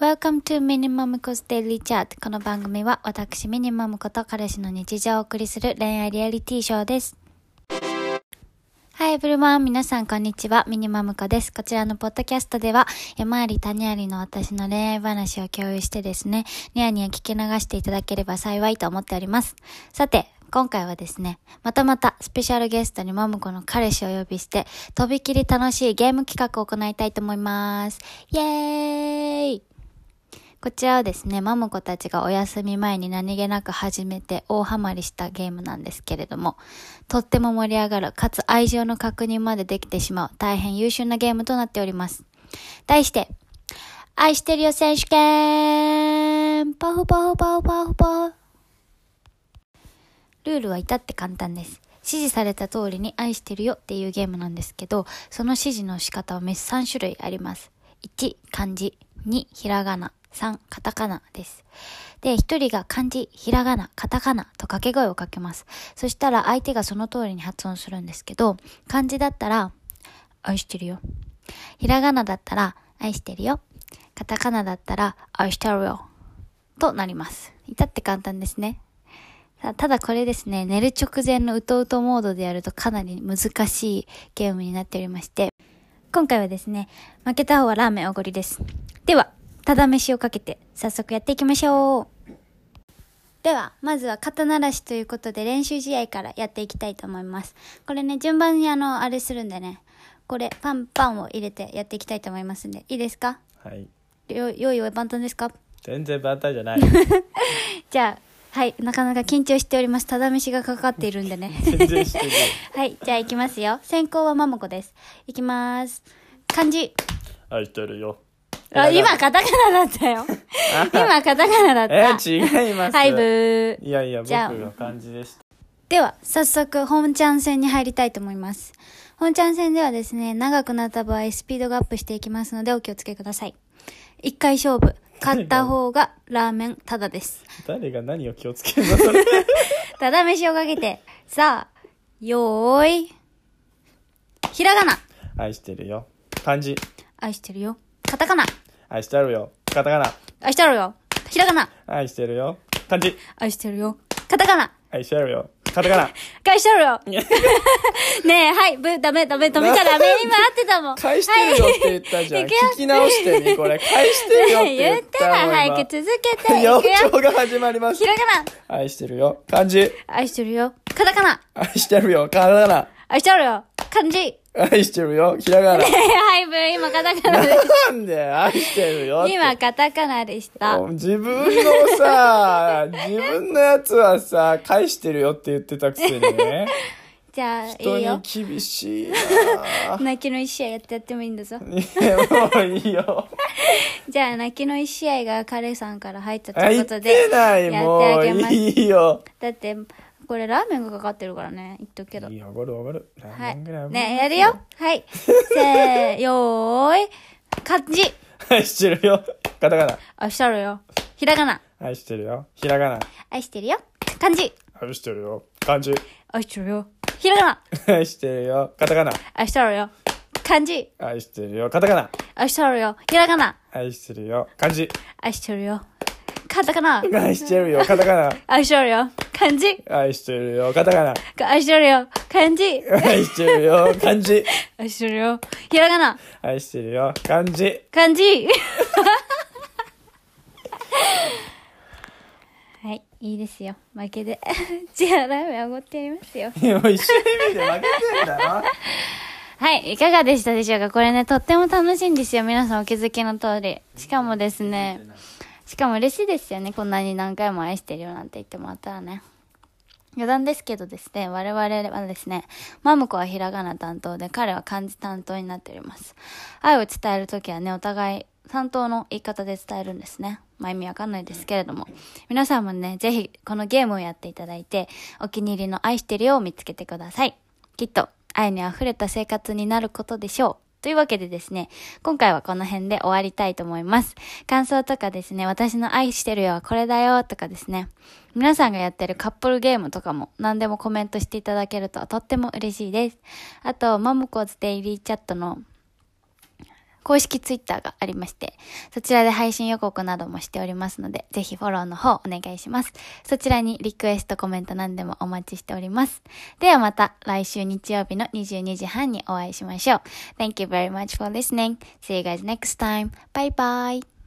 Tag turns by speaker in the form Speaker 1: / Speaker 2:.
Speaker 1: Welcome to ミニマムコス Daily Chat この番組は私ミニマムこと彼氏の日常をお送りする恋愛リアリティショーです Hi everyone 皆さんこんにちはミニマムコですこちらのポッドキャストでは山あり谷ありの私の恋愛話を共有してですねニヤニヤ聞き流していただければ幸いと思っておりますさて今回はですね、またまたスペシャルゲストにマムコの彼氏を呼びして、とびきり楽しいゲーム企画を行いたいと思います。イエーイこちらはですね、マムコたちがお休み前に何気なく始めて大ハマりしたゲームなんですけれども、とっても盛り上がる、かつ愛情の確認までできてしまう、大変優秀なゲームとなっております。題して、愛してるよ選手権パフパフパフパフパフルールは至って簡単です。指示された通りに愛してるよっていうゲームなんですけど、その指示の仕方はめ3種類あります。1、漢字。2、ひらがな。3カタカナです。で、1人が漢字、ひらがな、カタカナと掛け声をかけます。そしたら相手がその通りに発音するんですけど、漢字だったら、愛してるよ。ひらがなだったら、愛してるよ。カタカナだったら、愛してるよ。となります。至って簡単ですね。ただこれですね、寝る直前のうとうとモードでやるとかなり難しいゲームになっておりまして、今回はですね、負けた方はラーメンおごりです。では、ただ飯をかけて早速やっていきましょうではまずは肩慣らしということで練習試合からやっていきたいと思いますこれね順番にあのあれするんでねこれパンパンを入れてやっていきたいと思いますんでいいですか
Speaker 2: はい
Speaker 1: よ用意は万端ですか
Speaker 2: 全然万端じゃ ない
Speaker 1: じゃあはいなかなか緊張しておりますただ飯がかかっているんでね
Speaker 2: 全然してない
Speaker 1: はいじゃあいきますよ先攻はまもこですいきます漢字
Speaker 2: 愛してるよ
Speaker 1: あ今、カタカナだったよ。今、カタカナだった。え
Speaker 2: ー、違います。
Speaker 1: はい、ブ
Speaker 2: ー。いやいや、僕の感じでした。
Speaker 1: では、早速、本ちゃん戦に入りたいと思います。本ちゃん戦ではですね、長くなった場合、スピードがアップしていきますので、お気をつけください。一回勝負。勝った方が、ラーメン、ただです。
Speaker 2: 誰が何を気をつけるのそ れ。
Speaker 1: ただ飯をかけて、さあ、よーい。ひらがな。
Speaker 2: 愛してるよ。漢字。
Speaker 1: 愛してるよ。カタカナ。
Speaker 2: 愛してるよ。カタカナ。
Speaker 1: 愛してるよ。ひらがな。
Speaker 2: 愛してるよ。漢字。
Speaker 1: 愛してるよ。カタカナ。
Speaker 2: 愛してるよ。カタカナ。
Speaker 1: 愛してるよ。 ねえ、はい、ぶ、ダメ、ダメ、ダメちゃダメ。今合ってたもん。
Speaker 2: 返してるよって言ったじゃん。はい、聞き直してね、これ。返してるよって
Speaker 1: も ん。
Speaker 2: 言った
Speaker 1: 言ったら、早く続けて。
Speaker 2: よ。 余興が始まります。
Speaker 1: ひらが
Speaker 2: な。愛してるよ。漢字。
Speaker 1: 愛してるよ。カタカナ。
Speaker 2: 愛してるよ。カタカナ。
Speaker 1: 愛してるよ。漢字。
Speaker 2: 愛してるよ。ひら がな。ね
Speaker 1: はい、ブー、今カタカナで
Speaker 2: した。なんで愛してるよ
Speaker 1: 今カタカナでした。
Speaker 2: 自分の さ、自分のやつはさ、返してるよって言ってたくせにね。
Speaker 1: じゃあ、 いいよ。
Speaker 2: 人に厳しい
Speaker 1: な。泣きの一試合やってやってもいいんだぞ。
Speaker 2: いや、もういいよ。
Speaker 1: じゃあ、泣きの一試合が彼さんから入った ということで。
Speaker 2: 入ってない、もういいよ。
Speaker 1: だって、これラーメンがかかってるからね言っとくけど
Speaker 2: いい上がる上がるラーメンぐらい、はい、
Speaker 1: ねやるよはい せーよーい漢字
Speaker 2: 愛してるよカタカナ
Speaker 1: 愛してるよひらがな
Speaker 2: 愛してるよひらがな
Speaker 1: 愛してるよ漢字
Speaker 2: 愛してるよ漢字
Speaker 1: 愛してるよひらがな
Speaker 2: 愛してるよカタカナ
Speaker 1: 愛してるよ漢字
Speaker 2: 愛してるよカタカナ
Speaker 1: 愛してるよひらがな
Speaker 2: 愛してるよ漢字
Speaker 1: 愛してるよカタカナ。
Speaker 2: 愛してるよ、カタカナ。
Speaker 1: 愛してるよ、漢字。
Speaker 2: 愛してるよ、カタカナ。
Speaker 1: 愛してるよ、漢字。
Speaker 2: 愛してるよ、漢字。
Speaker 1: 愛してるよ、ひらがな。
Speaker 2: 愛してるよ、漢字。
Speaker 1: 漢字。 はい、いいですよ、負けで。 じゃあ、ラーメンおごってやりますよ。
Speaker 2: い や、もう一生で負けてんだよ。
Speaker 1: はい、いかがでしたでしょうかこれね、とっても楽しいんですよ。皆さんお気づきの通り。しかもですね、しかも嬉しいですよね。こんなに何回も愛してるよなんて言ってもらったらね。余談ですけどですね、我々はですね、マムコはひらがな担当で、彼は漢字担当になっております。愛を伝える時はね、お互い担当の言い方で伝えるんですね。まあ意味わかんないですけれども。皆さんもね、ぜひこのゲームをやっていただいて、お気に入りの愛してるよを見つけてください。きっと、愛に溢れた生活になることでしょう。というわけでですね、今回はこの辺で終わりたいと思います。感想とかですね、私の愛してるよはこれだよとかですね、皆さんがやってるカップルゲームとかも何でもコメントしていただけるととっても嬉しいです。あと、マムコズデイリーチャットの公式ツイッターがありまして、そちらで配信予告などもしておりますので、ぜひフォローの方お願いします。そちらにリクエスト、コメント何でもお待ちしております。ではまた来週日曜日の22時半にお会いしましょう。Thank you very much for listening. See you guys next time. Bye bye.